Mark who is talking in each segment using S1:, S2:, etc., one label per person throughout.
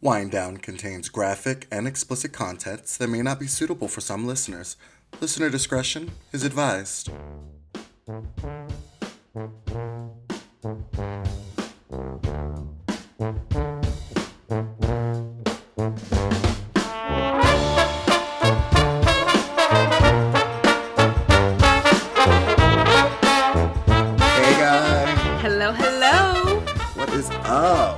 S1: Wind Down contains graphic and explicit contents that may not be suitable for some listeners. Listener discretion is advised. Hey guys,
S2: Hello, hello.
S1: what is up?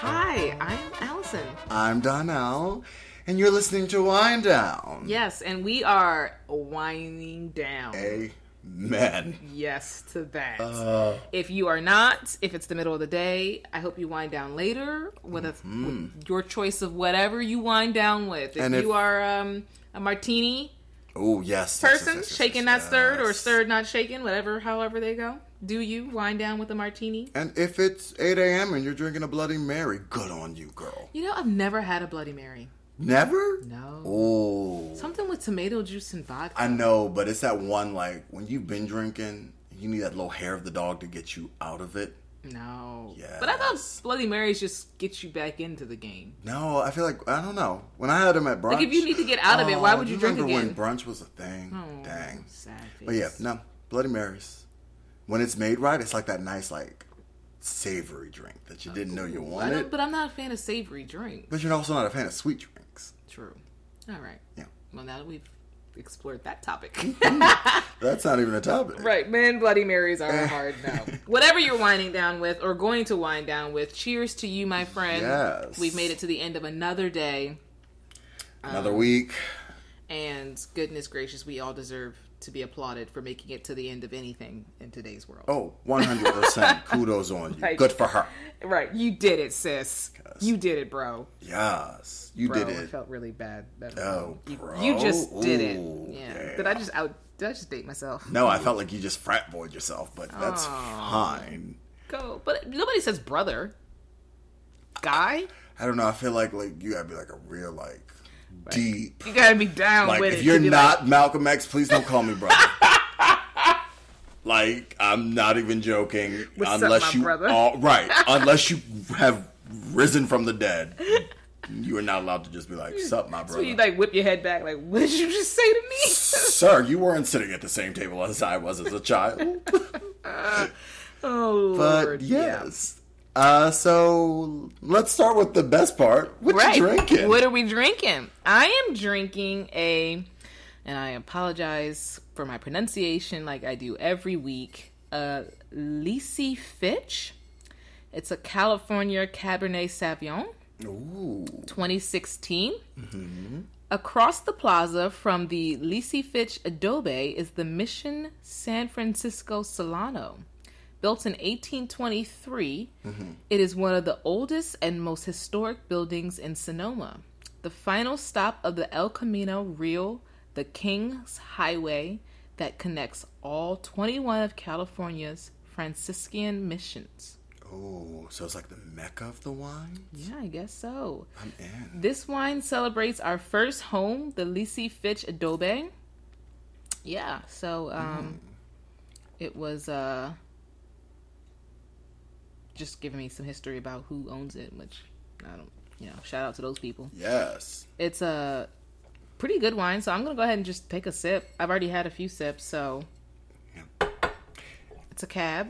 S2: Hi, I'm Allison.
S1: I'm Donnell, and you're listening to Wind Down.
S2: Yes, and we are winding down.
S1: Amen.
S2: Yes to that.
S1: Uh.
S2: if you are not, if it's the middle of the day, I hope you wind down later with, a, with your choice of whatever you wind down with. If,
S1: Mm-hmm. And if-
S2: you are um, a martini
S1: Oh yes, yes, yes,
S2: person,
S1: yes, yes,
S2: shaken not stirred or
S1: yes.
S2: stirred not shaken, whatever, however they go, do you wind down with a martini?
S1: And if it's 8 a.m. and you're drinking a Bloody Mary, good on you, girl.
S2: You know, I've never had a Bloody Mary.
S1: Never.
S2: No.
S1: Oh,
S2: Something with tomato juice and vodka.
S1: I know, but it's that one like when you've been drinking, you need that little hair of the dog to get you out of it.
S2: No. But I thought
S1: Yes.
S2: Bloody Marys just get you back into the game.
S1: No, I feel like I don't know. When I had them at brunch, Oh,
S2: Like, if you need to get out of it, why would you drink
S1: remember when
S2: again?
S1: brunch was a thing? Dang.
S2: Oh, Sad face.
S1: But yeah, no, Bloody Marys. When it's made right, it's like that nice like savory drink that you didn't know you
S2: I don't-
S1: wanted.
S2: but I'm not a fan of savory drinks.
S1: But you're also not a fan of sweet drinks.
S2: True. All right.
S1: Yeah.
S2: Well, now that we've explored that topic.
S1: That's not even a topic.
S2: right, man, Bloody Marys are a hard no. Whatever you're winding down with or going to wind down with, cheers to you, my friend.
S1: Yes.
S2: We've made it to the end of another day.
S1: Another week.
S2: And goodness gracious, we all deserve to be applauded for making it to the end of anything in today's world.
S1: Oh, 100% kudos on you.
S2: Like-
S1: Good for her.
S2: Right. You did it, sis. You did it, bro.
S1: Yes. You
S2: Bro,
S1: did
S2: I
S1: it.
S2: felt really bad. That
S1: Oh,
S2: you,
S1: bro.
S2: you just did
S1: Ooh,
S2: it. Yeah. Did I just out? Did I just date myself?
S1: No, I felt like you just frat boyed yourself, but that's fine.
S2: Go. But nobody says brother. Guy.
S1: I don't know. I feel like like you gotta be like a real like deep.
S2: You gotta be down
S1: Like
S2: with it.
S1: if
S2: to
S1: you're
S2: be
S1: not Malcolm X, please don't call me brother. like I'm not even joking.
S2: What's up,
S1: unless
S2: my
S1: you
S2: brother?
S1: all right, unless you have risen from the dead, you are not allowed to just be like sup my
S2: Like, so
S1: brother.
S2: you like whip your head back. Like, what did you just say to me?
S1: Sir, you weren't sitting at the same table as I was as a child.
S2: Oh,
S1: But
S2: Lord.
S1: yes. Uh, so let's start with the best part. What
S2: Right.
S1: you drinking?
S2: What are we drinking? I am drinking a, and I apologize for my pronunciation, like I do every week. Uh, Lisi Fitch. It's a California Cabernet Sauvignon,
S1: Ooh.
S2: 2016. Across the plaza from the Lisi Fitch Adobe is the Mission San Francisco Solano. Built in 1823, it is one of the oldest and most historic buildings in Sonoma. The final stop of the El Camino Real, the King's Highway that connects all 21 of California's Franciscan missions.
S1: Ooh. Oh, So it's like the mecca of the wine?
S2: Yeah, I guess so.
S1: I'm in.
S2: This wine celebrates our first home, the Lisi Fitch Adobe. Yeah, so
S1: Mm-hmm.
S2: um it was uh just giving me some history about who owns it, which I don't you know, shout out to those people.
S1: Yes.
S2: It's a pretty good wine, so I'm gonna go ahead and just take a sip. I've already had a few sips, so
S1: Yeah.
S2: it's a cab.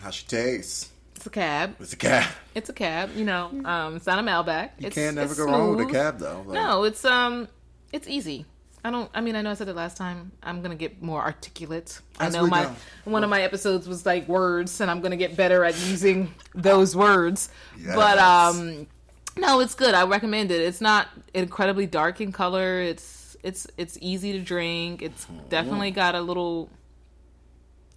S1: How she tastes.
S2: It's a cab.
S1: It's a cab.
S2: It's a cab, you know. Um it's not a Malbec.
S1: Mm-hmm. You
S2: it's,
S1: can't never
S2: it's
S1: go wrong with a
S2: smooth.
S1: cab though. Like,
S2: No, it's um, it's easy. I don't. I mean, I know I said it last time. I'm gonna get more articulate.
S1: As
S2: I know
S1: we
S2: my
S1: go.
S2: one of my episodes was like words, and I'm gonna get better at using those words. But
S1: Yes.
S2: um, no, it's good. I recommend it. It's not incredibly dark in color. It's it's it's easy to drink. It's
S1: Oh,
S2: definitely got a little.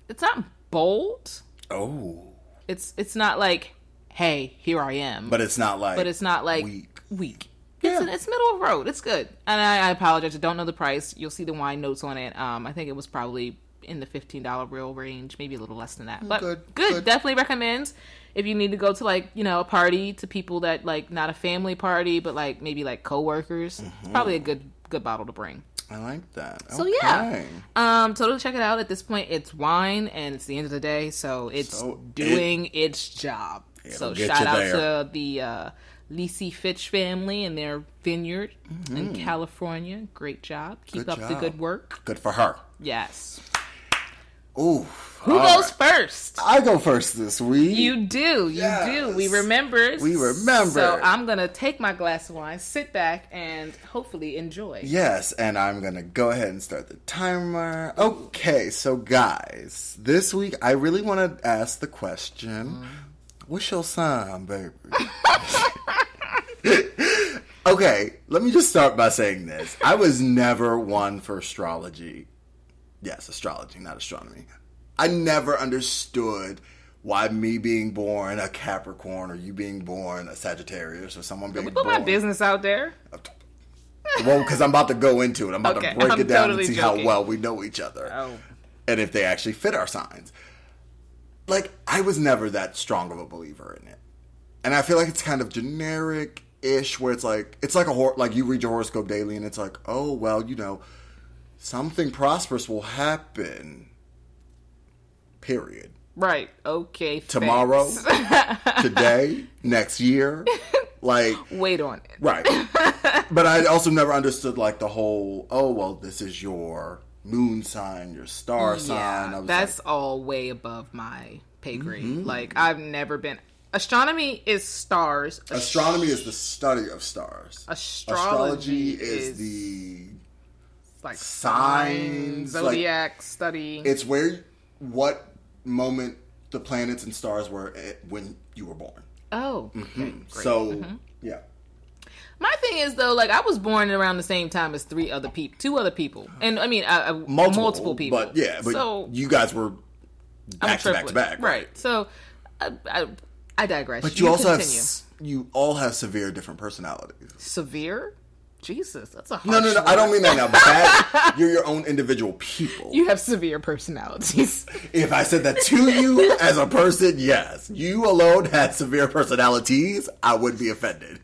S2: It's not bold.
S1: Oh.
S2: It's it's not like, hey, here I am
S1: But it's not like
S2: but it's not like
S1: weak.
S2: weak.
S1: Yeah.
S2: It's, it's middle of road. It's good. And I, I apologize. I don't know the price. You'll see the wine notes on it. Um, I think it was probably in the fifteen dollar real range, maybe a little less than that. But
S1: Mm, good,
S2: good,
S1: good.
S2: Definitely recommend if you need to go to like you know a party to people
S1: Mm-hmm.
S2: that like not a family party, but like maybe like coworkers. It's probably a good good bottle to bring.
S1: I like that.
S2: So yeah, um, totally check it out. At this point, it's wine, and it's the end of the day, so it's
S1: So
S2: doing its job. So
S1: get
S2: shout
S1: you
S2: out
S1: there.
S2: to the uh, Lisi Fitch family and their vineyard in California. Great job. Keep
S1: Mm-hmm. Good
S2: up the
S1: job.
S2: good work.
S1: Good for her.
S2: Yes.
S1: Ooh.
S2: Who
S1: all
S2: goes
S1: right.
S2: first?
S1: I go first this week.
S2: You do. You do. We
S1: Yes.
S2: remember.
S1: We remember.
S2: So I'm gonna take my glass of wine, sit back, and hopefully enjoy.
S1: Yes, and I'm going to go ahead and start the timer. Okay, so guys, this week I really want to ask the question
S2: Mm-hmm.
S1: What's your sign, baby? okay, let me just start by saying this. I was never one for astrology. Yes, astrology, not astronomy. I never understood why me being born a Capricorn or you being born a Sagittarius or someone being
S2: Put
S1: born
S2: my business out there.
S1: Uh, well, because I'm about to go into it. I'm about
S2: Okay,
S1: to break
S2: I'm
S1: it down
S2: totally
S1: and see
S2: joking.
S1: how well we know each other
S2: Oh.
S1: and if they actually fit our signs. Like, I was never that strong of a believer in it. And I feel like it's kind of generic ish where it's like, it's like a hor- like you read your horoscope daily and it's like, oh, well, you know, something prosperous will happen. Period.
S2: Right. Okay.
S1: Tomorrow,
S2: thanks.
S1: today, next year. Like,
S2: Wait on it.
S1: Right. but I also never understood like the whole, oh well, this is your moon sign, your star sign. I
S2: Yeah,
S1: was Mm-hmm.
S2: that's all way above my pay grade. Like I've never been. Astronomy is stars.
S1: like, astronomy is the study of stars.
S2: Astrology
S1: is,
S2: is-
S1: the
S2: like
S1: signs,
S2: zodiac study.
S1: it's where what moment the planets and stars were at when you were born.
S2: oh,
S1: Mm-hmm. So
S2: Mm-hmm.
S1: yeah.
S2: my thing is though, like I was born around the same time as three other people, two other people, and I mean uh, uh, multiple,
S1: Multiple,
S2: people.
S1: But yeah, but
S2: so
S1: you guys were
S2: I'm a
S1: back to back to
S2: triplet.
S1: back.
S2: right? So I, I, I digress.
S1: But you, also
S2: continue.
S1: have s- you all have severe different personalities.
S2: severe. Jesus, that's a harsh
S1: No, no, no. I don't mean that now. But that, you're your own individual people.
S2: You have severe personalities.
S1: if I said that to you as a person, yes, you alone had severe personalities. I would be offended.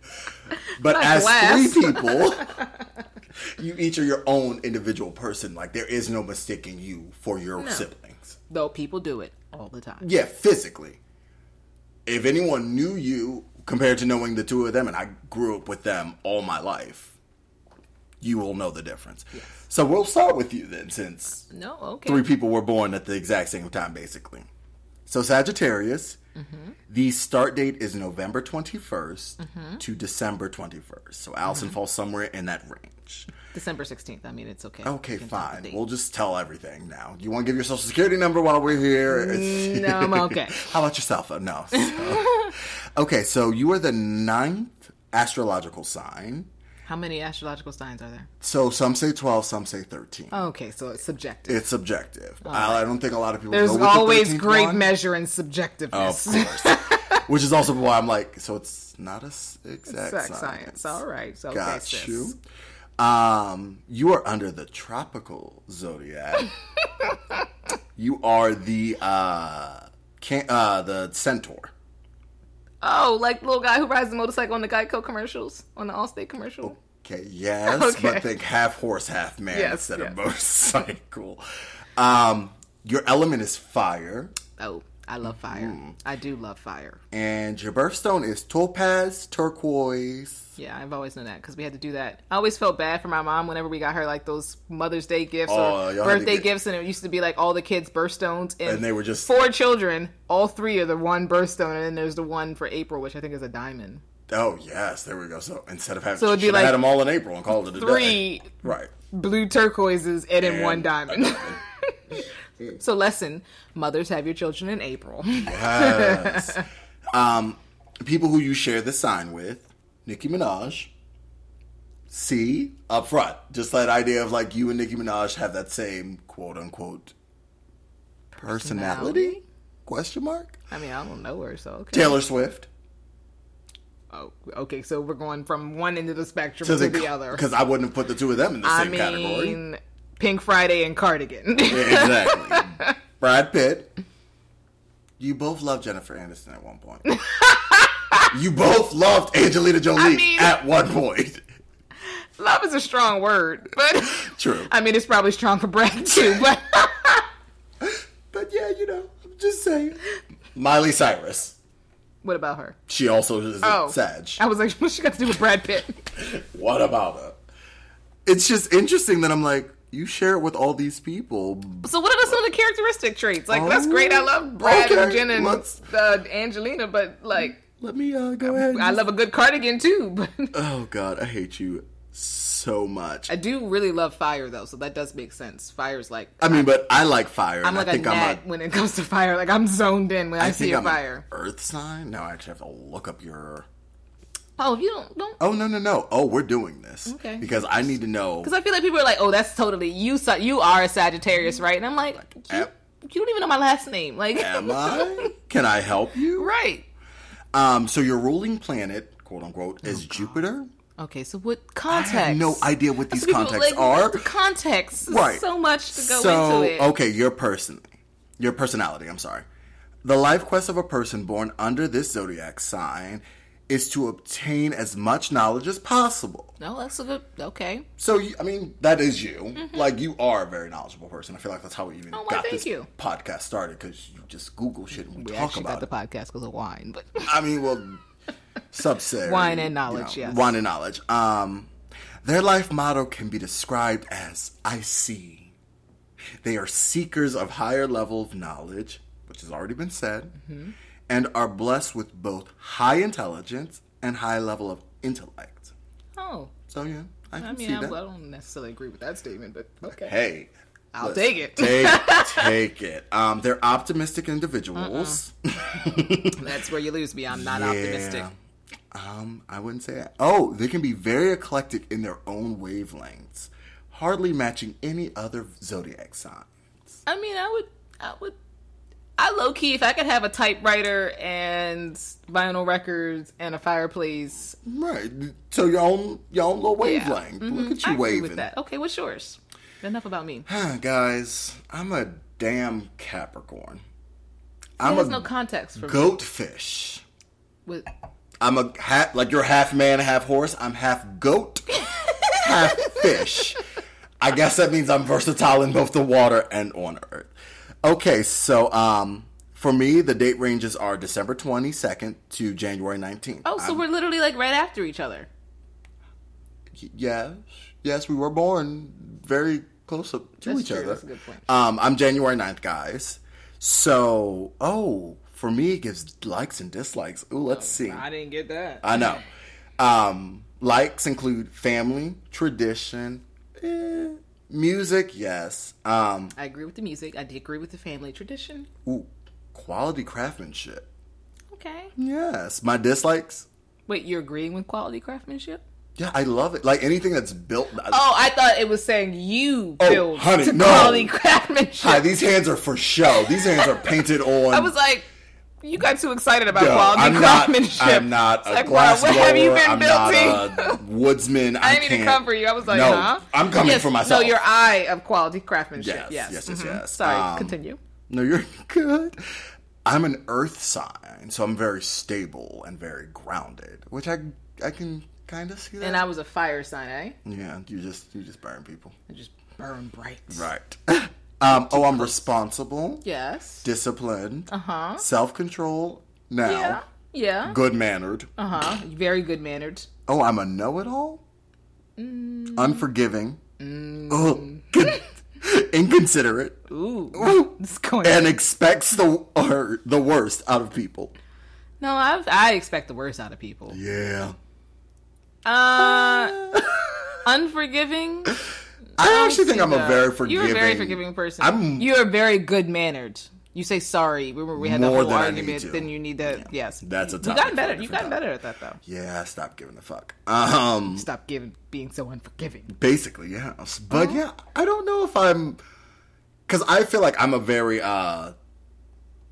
S1: But as
S2: glass.
S1: three people, you each are your own individual person. Like there is no mistaking you for your siblings.
S2: Though people do it all the time.
S1: Yeah, physically. If anyone knew you compared to knowing the two of them, and I grew up with them all my life, you will know the difference. So we'll start with you then, since
S2: No, okay.
S1: three people were born at the exact same time, basically. So Sagittarius,
S2: Mm-hmm.
S1: the start date is November 21st
S2: Mm-hmm.
S1: to December 21st. So Allison falls somewhere in that range.
S2: December 16th. I mean, it's okay.
S1: Okay,
S2: You can talk
S1: fine.
S2: the date.
S1: We'll just tell everything now. You want to give your social security number while we're here? It's-
S2: Mm, No, I'm okay.
S1: How about your cell phone? No. So- okay, so you are the ninth astrological sign.
S2: How many astrological signs are there?
S1: So some say 12, some say 13.
S2: Okay, so it's subjective.
S1: It's subjective. I, I don't think a lot of people
S2: There's
S1: go with
S2: always
S1: the 13th
S2: great
S1: one.
S2: measure in
S1: Of
S2: subjectiveness.
S1: course. Which is also why I'm like, so it's not a s- exact
S2: Sex
S1: science.
S2: science. All right. So
S1: Got
S2: okay, sis.
S1: you. Um, you are under the tropical zodiac. you are the uh, can- uh, the centaur.
S2: Oh, like the little guy who rides the motorcycle on the Geico commercials, on the Allstate commercial.
S1: Okay, yes,
S2: Okay.
S1: but think half horse, half man
S2: Yes,
S1: instead
S2: yes.
S1: of motorcycle. Um, your element is fire,
S2: Oh, I love fire.
S1: Mm.
S2: I do love fire.
S1: and your birthstone is topaz, turquoise.
S2: Yeah, I've always known that because we had to do that. I always felt bad for my mom whenever we got her like those Mother's Day gifts
S1: Oh,
S2: or
S1: y'all had to
S2: birthday
S1: get-
S2: gifts, and it used to be like all the kids' birthstones, and,
S1: And they were just-
S2: four children. All three are the one birthstone, and then there's the one for April, which I think is a diamond.
S1: Oh yes, there we go. So instead of having,
S2: So
S1: so
S2: it'd be
S1: should have
S2: like
S1: had them all in April and called it a day.
S2: Three
S1: Right.
S2: blue turquoises and, then one
S1: And-
S2: diamond. so lesson: mothers have your children in April.
S1: Yes. um, people who you share the sign with, Nicki Minaj. See up front, just that idea of like you and Nicki Minaj have that same quote unquote personality? Question mark.
S2: I mean, I don't know her, so okay.
S1: Taylor Swift
S2: Oh, okay, so we're going from one end of the spectrum
S1: to the,
S2: to the other.
S1: because I wouldn't have put the two of them in the
S2: I
S1: same category.
S2: mean, Pink Friday and Cardigan.
S1: Exactly. Brad Pitt. You both loved Jennifer Aniston at one point. you both loved Angelina Jolie
S2: mean-
S1: at one point.
S2: Love is a strong word, but
S1: True.
S2: I mean, it's probably strong for Brad too. But
S1: But yeah, you know, I'm just saying. Miley Cyrus.
S2: what about her?
S1: She also is a
S2: Oh,
S1: Sag.
S2: I was like, what's she got to do with Brad Pitt?
S1: What about her? It's just interesting that I'm like, you share it with all these people.
S2: So what are some of the characteristic traits? Like that's great. I love Brad and
S1: Okay,
S2: Jen and
S1: let's-
S2: uh, Angelina, but like
S1: Let me uh, go ahead. and
S2: Um, I love a good cardigan too. But
S1: Oh God, I hate you so much.
S2: I do really love fire though, so that does make sense. Fire's like
S1: I mean, but I like fire.
S2: I'm
S1: and
S2: like
S1: I
S2: a
S1: think i
S2: gnat
S1: I'm a,
S2: when it comes to fire. Like I'm zoned in when I,
S1: I
S2: see
S1: think
S2: a
S1: I'm an
S2: fire.
S1: Earth sign? No, I actually have to look up your.
S2: Oh, you don't don't
S1: Oh no no no! Oh, we're doing this
S2: Okay.
S1: because I need to know.
S2: because I feel like people are like, oh, that's totally you. Sa- You are a Sagittarius, right? And I'm like, you,
S1: am-
S2: you don't even know my last name. Like,
S1: Am I? Can I help you?
S2: right?
S1: Um. So your ruling planet, quote unquote,
S2: Oh,
S1: is Jupiter.
S2: Okay, so what context?
S1: I have no idea what these
S2: So people,
S1: contexts
S2: like,
S1: are.
S2: The context, There's
S1: Right.
S2: So much to go
S1: so, oh,
S2: into it.
S1: okay, your person, your personality. I'm sorry. The life quest of a person born under this zodiac sign is to obtain as much knowledge as possible.
S2: No, that's a good. Okay.
S1: So, you, I mean, that is you. Like, you are a very knowledgeable person. I feel like that's how we even
S2: Mm-hmm. Oh, well,
S1: got
S2: thank
S1: this
S2: you.
S1: podcast started because you just Google shit and we,
S2: We
S1: talk
S2: actually
S1: about
S2: got the
S1: it.
S2: podcast because of wine, but
S1: I mean, well, subsidiary.
S2: Wine and knowledge, yes.
S1: Wine and knowledge. Um, their life motto can be described as I see. They are seekers of higher level of knowledge, which has already been said,
S2: Mm-hmm.
S1: and are blessed with both high intelligence and high level of intellect.
S2: oh,
S1: So, yeah, I can
S2: I mean,
S1: see
S2: I, I
S1: that.
S2: don't necessarily agree with that statement, but okay.
S1: Hey.
S2: I'll
S1: listen,
S2: take it.
S1: take, take it. Um, they're optimistic individuals.
S2: That's where you lose me. I'm not optimistic.
S1: Um, I wouldn't say that. Oh, they can be very eclectic in their own wavelengths, hardly matching any other zodiac sign.
S2: I mean, I would, I would, I low key if I could have a typewriter and vinyl records and a fireplace.
S1: Right. So your own your own little
S2: Yeah. Mm-hmm.
S1: wavelength. Look at you
S2: I agree
S1: waving.
S2: with that. Okay, what's yours? Enough about me.
S1: Huh, guys, I'm a damn Capricorn. I'm
S2: There's
S1: a
S2: no context for me.
S1: goatfish.
S2: With,
S1: I'm a half like you're half man, half horse. I'm half goat, half fish. I guess that means I'm versatile in both the water and on earth. Okay, so um, for me, the date ranges are December 22nd to January 19th.
S2: oh, so we're literally like right after each other.
S1: yes, yes, we were born very close up to
S2: That's
S1: each
S2: true,
S1: other.
S2: that's a good point.
S1: Um, I'm January 9th, guys. So, oh, for me, it gives likes and dislikes. Ooh, let's
S2: Oh,
S1: see.
S2: didn't get that.
S1: I know. Um, likes include family, tradition, eh, music, yes. Um,
S2: I agree with the music. I agree with the family tradition.
S1: ooh, quality craftsmanship.
S2: Okay.
S1: Yes. My dislikes.
S2: Wait, you're agreeing with quality craftsmanship?
S1: Yeah, I love it. Like anything that's built.
S2: Oh, I thought it was saying you
S1: Oh,
S2: build
S1: honey,
S2: to
S1: no.
S2: quality craftsmanship.
S1: Hi, these hands are for show. These hands are painted on.
S2: I was like, you got too excited about
S1: No,
S2: quality
S1: I'm not.
S2: craftsmanship.
S1: I'm not
S2: It's
S1: a
S2: like,
S1: glass
S2: wow,
S1: blower.
S2: what have you been
S1: I'm not
S2: building?
S1: a woodsman. I,
S2: I didn't even
S1: can't-
S2: come for you. I was like,
S1: no,
S2: huh?
S1: I'm coming
S2: Yes,
S1: for myself.
S2: No, your eye of quality craftsmanship.
S1: Yes,
S2: Yes.
S1: yes, yes,
S2: mhm.
S1: yes.
S2: Sorry,
S1: Um,
S2: continue.
S1: No, you're good. I'm an earth sign, so I'm very stable and very grounded, which I I can kind of see that.
S2: And I was a fire sign, eh?
S1: yeah, you just you just burn people.
S2: I just burn bright.
S1: Right. um, oh, I'm responsible,
S2: Yes.
S1: disciplined,
S2: Uh-huh.
S1: self control. Now,
S2: Yeah. Yeah.
S1: good mannered.
S2: Uh-huh. Very good mannered.
S1: Oh, I'm a know it all.
S2: Mm.
S1: Unforgiving. Ugh. Con- inconsiderate.
S2: Ooh. It's going.
S1: And expects the or the worst out of people.
S2: No, I've, I expect the worst out of people.
S1: Yeah.
S2: Uh, unforgiving.
S1: I actually think I'm a
S2: No.
S1: very forgiving.
S2: You're a very forgiving person.
S1: I'm-
S2: You're very good mannered. You say sorry. Remember, we had that
S1: More
S2: whole
S1: than I need
S2: argument.
S1: to.
S2: Then you need that. Yes,
S1: That's a
S2: You
S1: topic
S2: gotten
S1: for a
S2: better. You
S1: different
S2: gotten
S1: time.
S2: better at that though.
S1: Yeah, stop giving a fuck. Um,
S2: Stop giving being so unforgiving.
S1: basically, yeah.
S2: Oh.
S1: But yeah, I don't know if I'm, because I feel like I'm a very uh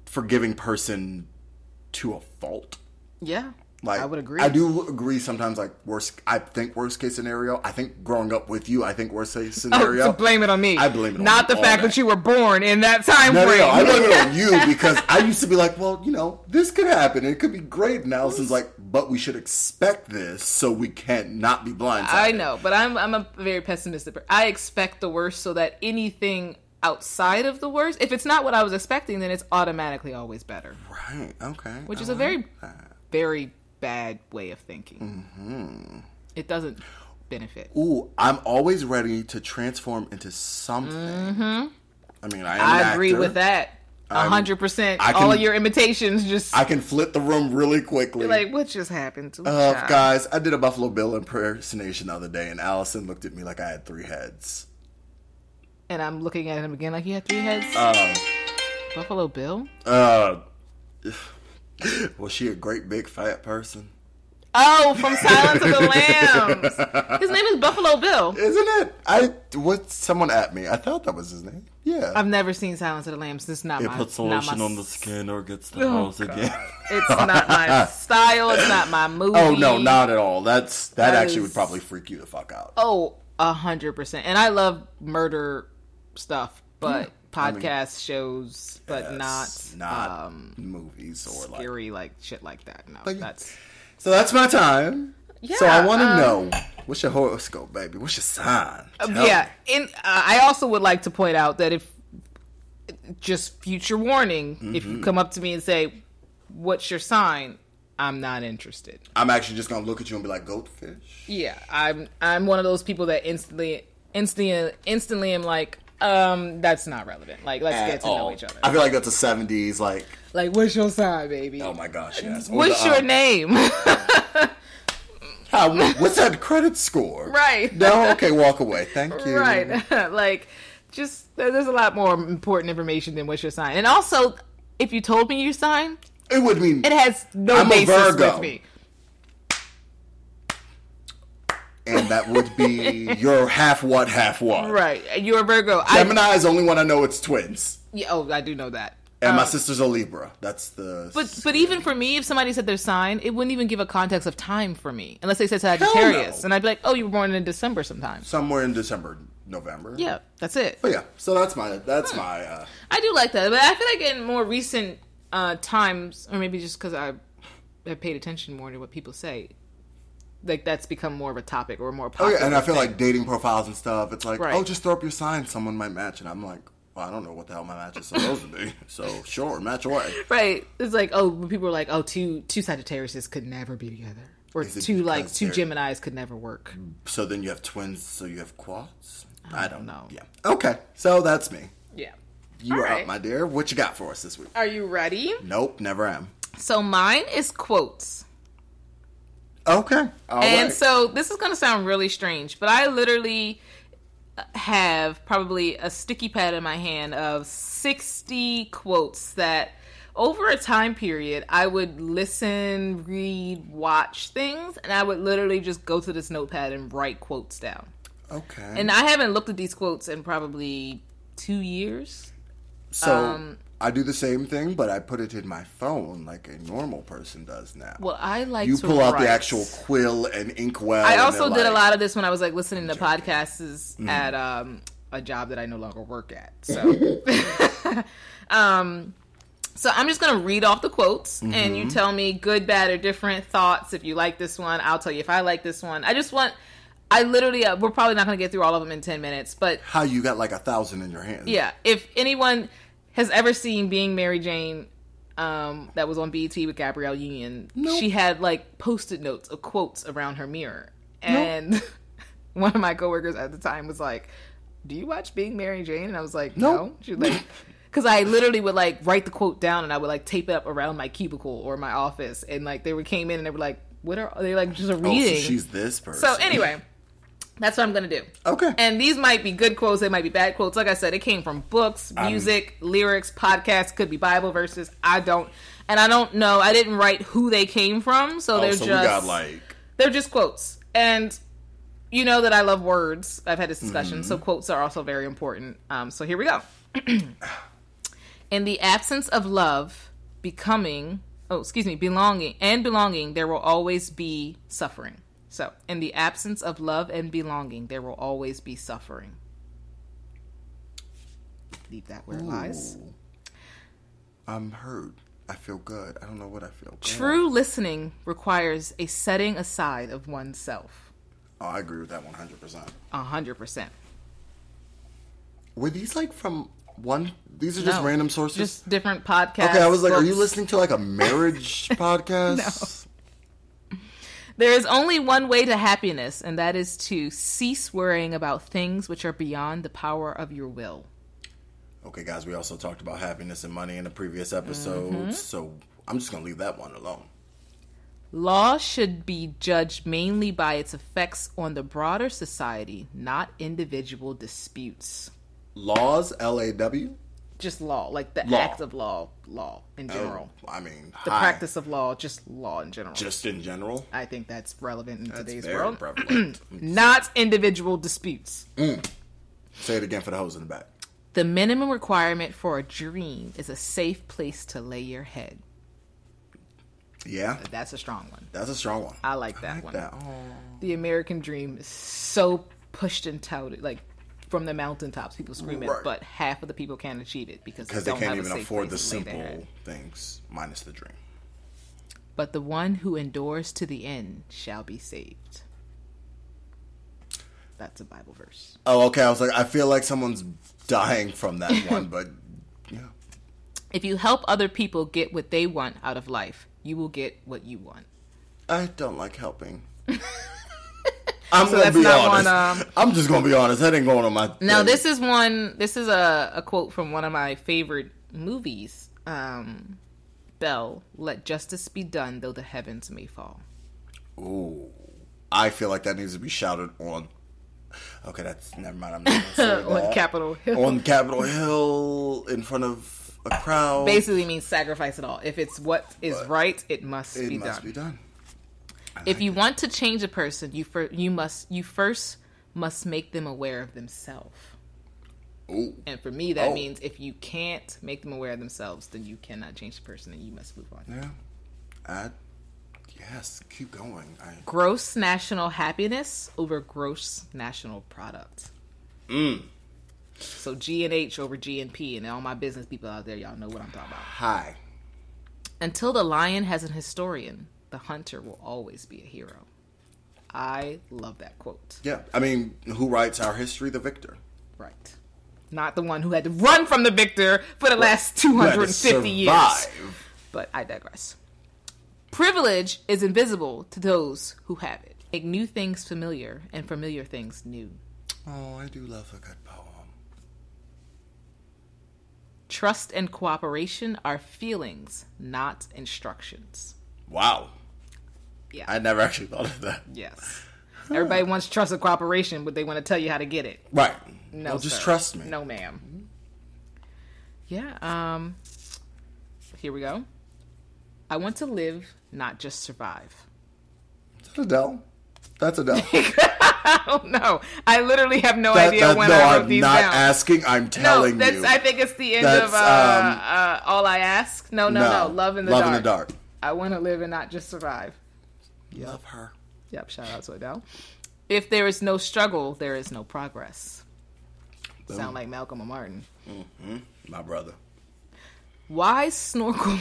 S1: forgiving person to a fault.
S2: Yeah,
S1: Like
S2: I would agree.
S1: I do agree. Sometimes, like worst, I think worst case scenario. I think growing up with you, I think worst case
S2: Oh,
S1: scenario.
S2: to blame it on me.
S1: I blame it on
S2: Not
S1: you
S2: the
S1: all
S2: fact
S1: day.
S2: that you were born in that time
S1: No, no,
S2: frame.
S1: no, I blame it on you because I used to be like, well, you know, this could happen. It could be great. And Allison's like, but we should expect this so we can't not be blindsided.
S2: I know, but I'm I'm a very pessimistic. per- I expect the worst, so that anything outside of the worst, if it's not what I was expecting, then it's automatically always better,
S1: Right. Okay.
S2: which is a very
S1: Uh-huh.
S2: very bad way of thinking. It doesn't benefit.
S1: Mm-hmm. Ooh, I'm always ready to transform into something. I mean, I am.
S2: Mm-hmm. I
S1: an
S2: agree
S1: actor.
S2: with that. A hundred percent.
S1: I
S2: All
S1: can-
S2: of your imitations just
S1: I can flip the room really quickly.
S2: like what just happened to
S1: Uh,
S2: child?
S1: guys, I did a Buffalo Bill impersonation the other day, and Allison looked at me like I had three heads.
S2: And I'm looking at him again like he had three heads.
S1: Oh.
S2: Buffalo Bill.
S1: Uh, was she a great big fat person?
S2: Oh, from Silence of the Lambs. His name is Buffalo Bill.
S1: Isn't it? I what? Someone at me. I thought that was his name. Yeah.
S2: I've never seen Silence of the Lambs. It's not
S3: It
S2: my.
S3: puts
S2: not Oh, my
S3: lotion on the
S2: s-
S3: skin or gets the house again.
S2: It's not my style. It's not my movie.
S1: oh no, not at all. That's that,
S2: That
S1: actually
S2: is-
S1: would probably freak you the fuck out.
S2: Oh, a hundred percent. And I love murder stuff, but
S1: Hmm. I
S2: podcast
S1: mean-
S2: shows, but
S1: That's
S2: not
S1: not
S2: um,
S1: movies or like.
S2: scary like shit like that. No,
S1: Like-
S2: that's
S1: So that's my time. so I
S2: Yeah,
S1: want to
S2: um,
S1: know what's your horoscope, baby. What's your sign? Tell
S2: yeah.
S1: me.
S2: And uh, I also would like to point out that if just future warning, if
S1: Mm-hmm.
S2: you come up to me and say, "What's your sign?" I'm not interested.
S1: I'm actually just gonna look at you and be like goldfish.
S2: Yeah, I'm I'm one of those people that instantly instantly instantly am like, um, that's not relevant. Like, let's
S1: At
S2: get to
S1: all.
S2: know each other.
S1: I feel like that's a '70s like.
S2: Like, what's your sign, baby?
S1: Oh my gosh, yes. Or
S2: what's
S1: the,
S2: your
S1: um,
S2: name?
S1: how- what's that credit score?
S2: Right.
S1: No. Okay. Walk away. Thank you.
S2: right. like, just there- there's a lot more important information than what's your sign. And also, if you told me your sign,
S1: It would mean
S2: it has no
S1: I'm a
S2: basis
S1: Virgo.
S2: with me.
S1: and that would be your half what, half what.
S2: Right. and You're a Virgo.
S1: Gemini is the only one I know it's twins,
S2: I, yeah, oh, I do know that.
S1: and my sister's a Libra. That's the.
S2: Oh. But but even for me, if somebody said their sign, it wouldn't even give a context of time for me, unless they said Sagittarius,
S1: no.
S2: and I'd be like, oh, you were born in December sometime.
S1: somewhere in December, November.
S2: Yeah, that's it.
S1: But yeah, so that's my that's my. Uh,
S2: I do like that, but I feel like in more recent uh, times, or maybe just because I have paid attention more to what people say, like that's become more of a topic or more
S1: oh
S2: popular.
S1: yeah, and I feel like dating profiles and stuff. It's like,
S2: Right.
S1: oh, just throw up your sign. Someone might match, and I'm like, well, I don't know what the hell my match is supposed to be. So sure, match away.
S2: right. It's like oh, when people are like oh, two two Sagittariuses could never be together, or
S1: Is it
S2: two like
S1: because
S2: two
S1: they're- Mm.
S2: Gemini's could never work.
S1: So then you have twins. So you have quads.
S2: Oh,
S1: I don't
S2: know.
S1: Yeah. Okay. So that's me.
S2: Yeah.
S1: You
S2: All
S1: are
S2: right.
S1: up, my dear. What you got for us this week?
S2: Are you ready?
S1: Nope, never am.
S2: So mine is quotes.
S1: Okay. All right.
S2: and so this is going to sound really strange, but I literally have probably a sticky pad in my hand of 60 quotes that over a time period I would listen, read, watch things, and I would literally just go to this notepad and write quotes down.
S1: okay.
S2: And I haven't looked at these quotes in probably two years.
S1: So
S2: Um,
S1: I do the same thing, but I put it in my phone like a normal person does now.
S2: Well, I like
S1: you
S2: to
S1: pull out the
S2: write.
S1: actual quill and inkwell.
S2: I
S1: and
S2: also
S1: they're
S2: did a
S1: like-
S2: lot of this when I was like listening to podcasts at um, a job that I no longer work at. So, um, so I'm just gonna read off the quotes, and you tell me good, bad, or different thoughts. If you like this one, I'll tell you if I like this one. I just want. I literally, uh, we're probably not gonna get through all of them in ten minutes, but
S1: How you got like a thousand in your hand?
S2: yeah, if anyone has ever seen Being Mary Jane, um, that was on BET with Gabrielle Union, she had like post-it notes of quotes around her mirror, and one of my coworkers at the time was like, "Do you watch Being Mary Jane?" And I was like, "No."
S1: Nope.
S2: She was like. Cause I literally would like write the quote down and I would like tape it up around my cubicle or my office and like they were came in and they were like, what are they like just
S1: Oh, so
S2: reading?
S1: she's this person.
S2: so anyway, that's what I'm gonna do.
S1: Okay.
S2: And these might be good quotes, they might be bad quotes. Like I said, it came from books, music, lyrics, podcasts, could be Bible verses. I don't and I don't know. I didn't write who they came from, so
S1: oh,
S2: they're
S1: so
S2: just
S1: we got like
S2: they're just quotes. And you know that I love words. I've had this discussion, so quotes are also very important. Um, so here we go. In the absence of love, becoming oh, excuse me, belonging and belonging, there will always be suffering. So, in the absence of love and belonging, there will always be suffering. Leave that where it lies.
S1: Ooh. I'm hurt. I feel good. I don't know what I feel. Go on.
S2: True listening requires a setting aside of oneself.
S1: Oh, I agree with that 100%.
S2: A hundred percent.
S1: Were these like from one? These are just
S2: No.
S1: random sources?
S2: Just different podcasts.
S1: okay, I was like, are you
S2: books.
S1: listening to like a marriage podcast?
S2: There is only one way to happiness, and that is to cease worrying about things which are beyond the power of your will.
S1: Okay, guys, we also talked about happiness and money in the previous episode,
S2: Mm-hmm.
S1: so I'm just going to leave that one alone.
S2: Law should be judged mainly by its effects on the broader society, not individual disputes.
S1: Laws, L A W.
S2: Just law, like the
S1: Law. Oh.
S2: act of law, law in general.
S1: I mean,
S2: The
S1: hi.
S2: practice of law, just law in general.
S1: just in general.
S2: I think that's relevant in
S1: That's
S2: today's
S1: very
S2: world.
S1: prevalent.
S2: Not individual disputes.
S1: Say it again for the hoes in the back.
S2: The minimum requirement for a dream is a safe place to lay your head.
S1: Yeah,
S2: That's a strong one.
S1: that's a strong one.
S2: I like that one.
S1: That. Oh,
S2: the American dream is so pushed and touted, like from the mountaintops, people scream it,
S1: Right.
S2: but half of the people can't achieve it because
S1: because they
S2: they don't
S1: can't
S2: have a
S1: even
S2: safe
S1: afford the
S2: place to lay their head.
S1: simple things minus the dream.
S2: But the one who endures to the end shall be saved. That's a Bible verse.
S1: Oh, okay. I was like, I feel like someone's dying from that one, but yeah,
S2: If you help other people get what they want out of life, you will get what you want.
S1: I don't like helping. I'm gonna
S2: that's
S1: be
S2: not
S1: honest.
S2: one, um,
S1: I'm just gonna be honest. That ain't going on my.
S2: Now,
S1: thing.
S2: this is one. This is a, a quote from one of my favorite movies. Um, Bell, let justice be done, though the heavens may fall.
S1: Ooh, I feel like that needs to be shouted on. Okay, that's never mind. I'm not gonna say
S2: On
S1: that.
S2: Capitol Hill.
S1: On Capitol Hill, in front of a crowd.
S2: basically means sacrifice it all. If it's what is right, it must,
S1: it
S2: be,
S1: must
S2: done.
S1: be done.
S2: If you want to change a person, you fir- you must you first must make them aware of themselves.
S1: Ooh,
S2: And for me, that
S1: Oh.
S2: means if you can't make them aware of themselves, then you cannot change the person, and you must move on.
S1: yeah. I, yes, keep going. I,
S2: Gross national happiness over gross national product. Mm. So G and H over G and P, and all my business people out there, y'all know what I'm talking about.
S1: hi.
S2: Until the lion has an historian, the hunter will always be a hero. I love that quote.
S1: Yeah, I mean, who writes our history? The victor.
S2: Right. Not the one who had to run from the victor for the last 250 years. But I digress. Privilege is invisible to those who have it. Make new things familiar and familiar things new.
S1: Oh, I do love a good poem.
S2: Trust and cooperation are feelings, not instructions.
S1: Wow.
S2: Yeah.
S1: I never actually thought of that.
S2: yes. Everybody wants trust and cooperation, but they want to tell you how to get it.
S1: Right.
S2: No,
S1: Well, just
S2: sir.
S1: trust me.
S2: No, ma'am. Yeah. Um. Here we go. I want to live, not just survive.
S1: Is that Adele? That's Adele.
S2: I don't know. Oh, I literally have no
S1: That-
S2: idea
S1: that-
S2: when
S1: no,
S2: I wrote
S1: am
S2: these
S1: not
S2: down.
S1: asking. I'm
S2: no,
S1: telling
S2: that's.
S1: you.
S2: I think it's the end
S1: That's,
S2: of uh,
S1: um,
S2: uh, all I ask. No, no, no. Love in the
S1: love
S2: dark.
S1: in the dark.
S2: I want to live and not just survive.
S1: Love her.
S2: Yep. Shout out to Adele. If there is no struggle, there is no progress. Sound like Malcolm and Martin.
S1: My brother.
S2: Why snorkel?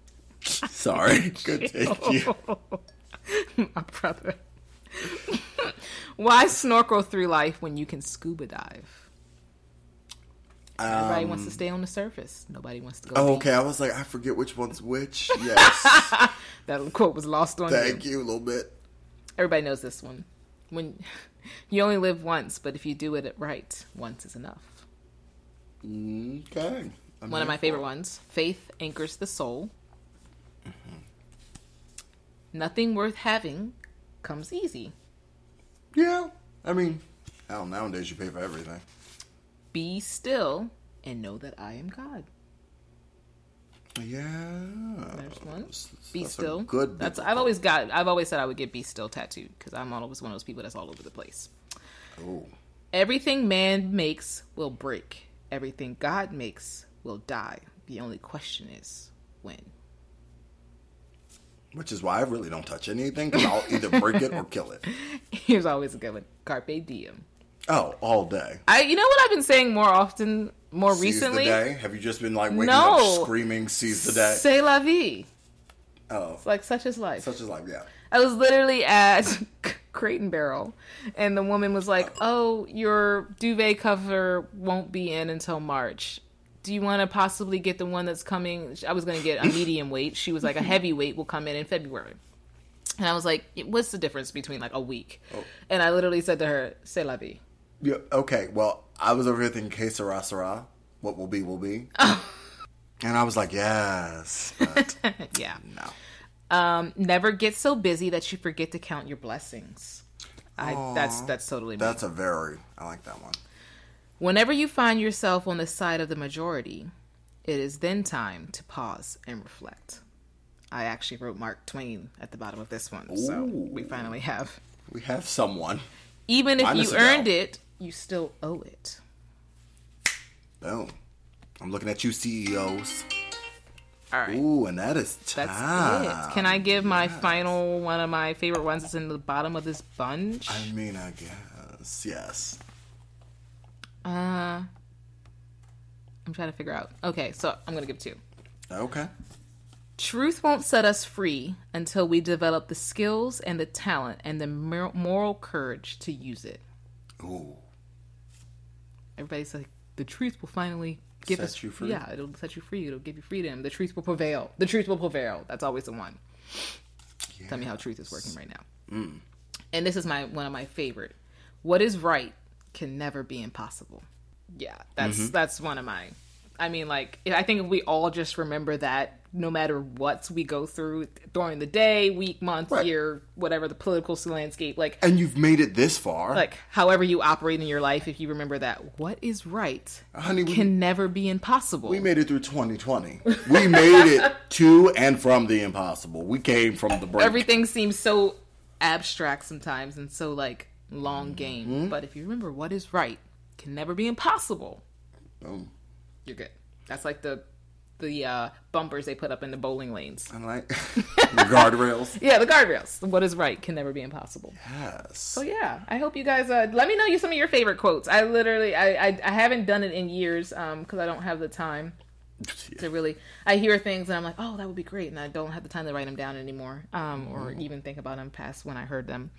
S1: Sorry. Good take you.
S2: my brother. Why snorkel through life when you can scuba dive? Everybody wants to stay on the surface. Nobody wants to go.
S1: Um, Oh,
S2: deep.
S1: okay. I was like, I forget which one's which. Yes.
S2: That quote was lost on
S1: Thank
S2: you.
S1: you a little bit.
S2: Everybody knows this one. When you only live once, but if you do it right, once is enough.
S1: Okay. I'm
S2: one
S1: here
S2: of my
S1: for
S2: favorite
S1: it.
S2: ones. Faith anchors the soul. Mm-hmm. Nothing worth having comes easy.
S1: Yeah. I mean, hell, nowadays you pay for everything.
S2: Be still and know that I am God.
S1: Yeah.
S2: There's one.
S1: That's- that's
S2: Be
S1: a
S2: still.
S1: good.
S2: That's
S1: biblical-
S2: I've always got. I've always said I would get be still tattooed because I'm always one of those people that's all over the place.
S1: Oh.
S2: Everything man makes will break. Everything God makes will die. The only question is when.
S1: Which is why I really don't touch anything because I'll either break it or kill it.
S2: Here's always a good one. Carpe diem.
S1: Oh, all day.
S2: I, you know what I've been saying more often, more recently.
S1: Seize the day. Have you just been like waking
S2: No.
S1: up screaming, seize the day?
S2: C'est la vie.
S1: oh,
S2: Like such is life.
S1: such as like yeah.
S2: I was literally at Crate and Barrel, and the woman was like, "Oh, your duvet cover won't be in until March. Do you want to possibly get the one that's coming? I was going to get a medium weight. She was like, a heavy weight will come in in February." And I was like, "What's the difference between like a week?"
S1: Oh.
S2: And I literally said to her, "C'est la vie."
S1: Yeah, okay. Well, I was over here thinking, "Que sera, sera? What will be, will be." and I was like, "Yes, but
S2: yeah.
S1: no."
S2: Never get so busy that you forget to count your blessings. I, that's that's totally me.
S1: That's a very. I like that one.
S2: Whenever you find yourself on the side of the majority, it is then time to pause and reflect. I actually wrote Mark Twain at the bottom of this one, so we finally have.
S1: We have someone.
S2: Even if
S1: Minus
S2: you
S1: a vowel.
S2: earned it, you still owe it.
S1: Boom. I'm looking at you, CEOs.
S2: All right,
S1: Ooh, and that is time.
S2: that's
S1: Ah.
S2: it. Can I give my final one of my favorite ones? It's in the bottom of this bunch.
S1: I mean, I guess yes.
S2: I'm trying to figure out. Okay, so I'm gonna give two.
S1: Okay.
S2: Truth won't set us free until we develop the skills and the talent and the mor- moral courage to use it.
S1: Ooh.
S2: everybody's like the truth will finally give
S1: Set
S2: us
S1: you free.
S2: yeah it'll set you free it'll give you freedom the truth will prevail the truth will prevail that's always the one tell me how truth is working right now
S1: Mm.
S2: and this is my one of my favorite what is right can never be impossible yeah that's
S1: Mm-hmm.
S2: that's one of my i mean like i think if we all just remember that no matter what we go through during the day week month
S1: Right.
S2: year whatever the political landscape like
S1: And you've made it this far.
S2: like however you operate in your life if you remember that what is right
S1: Honey, we-
S2: can never be impossible
S1: We made it through 2020. We made it to and from the impossible. We came from the brink.
S2: everything seems so abstract sometimes and so like
S1: Mm-hmm.
S2: long game but if you remember what is right can never be impossible
S1: Boom.
S2: you're good that's like the the uh, bumpers they put up in the bowling lanes
S1: And like the guardrails.
S2: yeah the guardrails what is right can never be impossible
S1: Yes.
S2: So yeah, I hope you guys uh, let me know you some of your favorite quotes. I literally I I, I haven't done it in years um because I don't have the time to really. I hear things and I'm like, oh, that would be great, and I don't have the time to write them down anymore um or
S1: Mm-hmm.
S2: even think about them past when I heard them.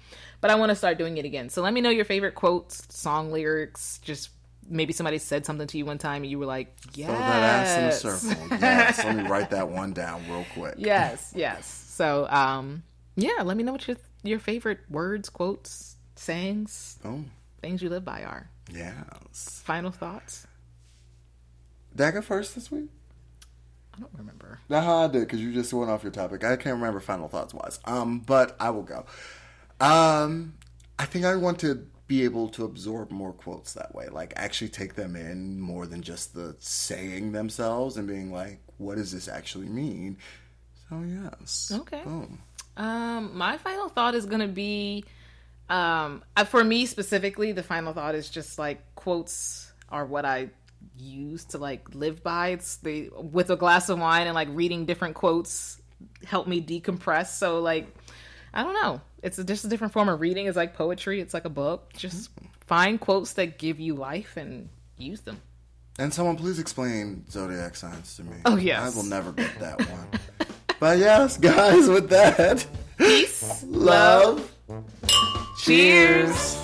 S2: But I want to start doing it again. So let me know your favorite quotes, song lyrics, just maybe somebody said something to you one time and you were like, yes,
S1: Throw that ass in a circle. Yes. Let me write that one down real quick.
S2: yes, yes. So um yeah, let me know what your your favorite words, quotes, sayings,
S1: Boom.
S2: things you live by are.
S1: Oh, Yes.
S2: Final thoughts?
S1: Did I go first this week?
S2: I don't remember.
S1: Nah, I did because you just went off your topic. I can't remember final thoughts wise. Um, but I will go. Um, I think I want to be able to absorb more quotes that way. Like actually take them in more than just the saying themselves and being like, "What does this actually mean?" So yes.
S2: Okay.
S1: Boom.
S2: Um, my final thought is gonna be, um, uh, for me specifically, the final thought is just like quotes are what I use to like live by. It's the with a glass of wine and like reading different quotes help me decompress. So like, I don't know. It's a, just a different form of reading. It's like poetry. It's like a book. Just find quotes that give you life and use them.
S1: And someone please explain zodiac signs to me.
S2: Oh, yes.
S1: I will never get that one. but yes, guys, with that,
S2: Peace.
S1: love.
S2: Cheers.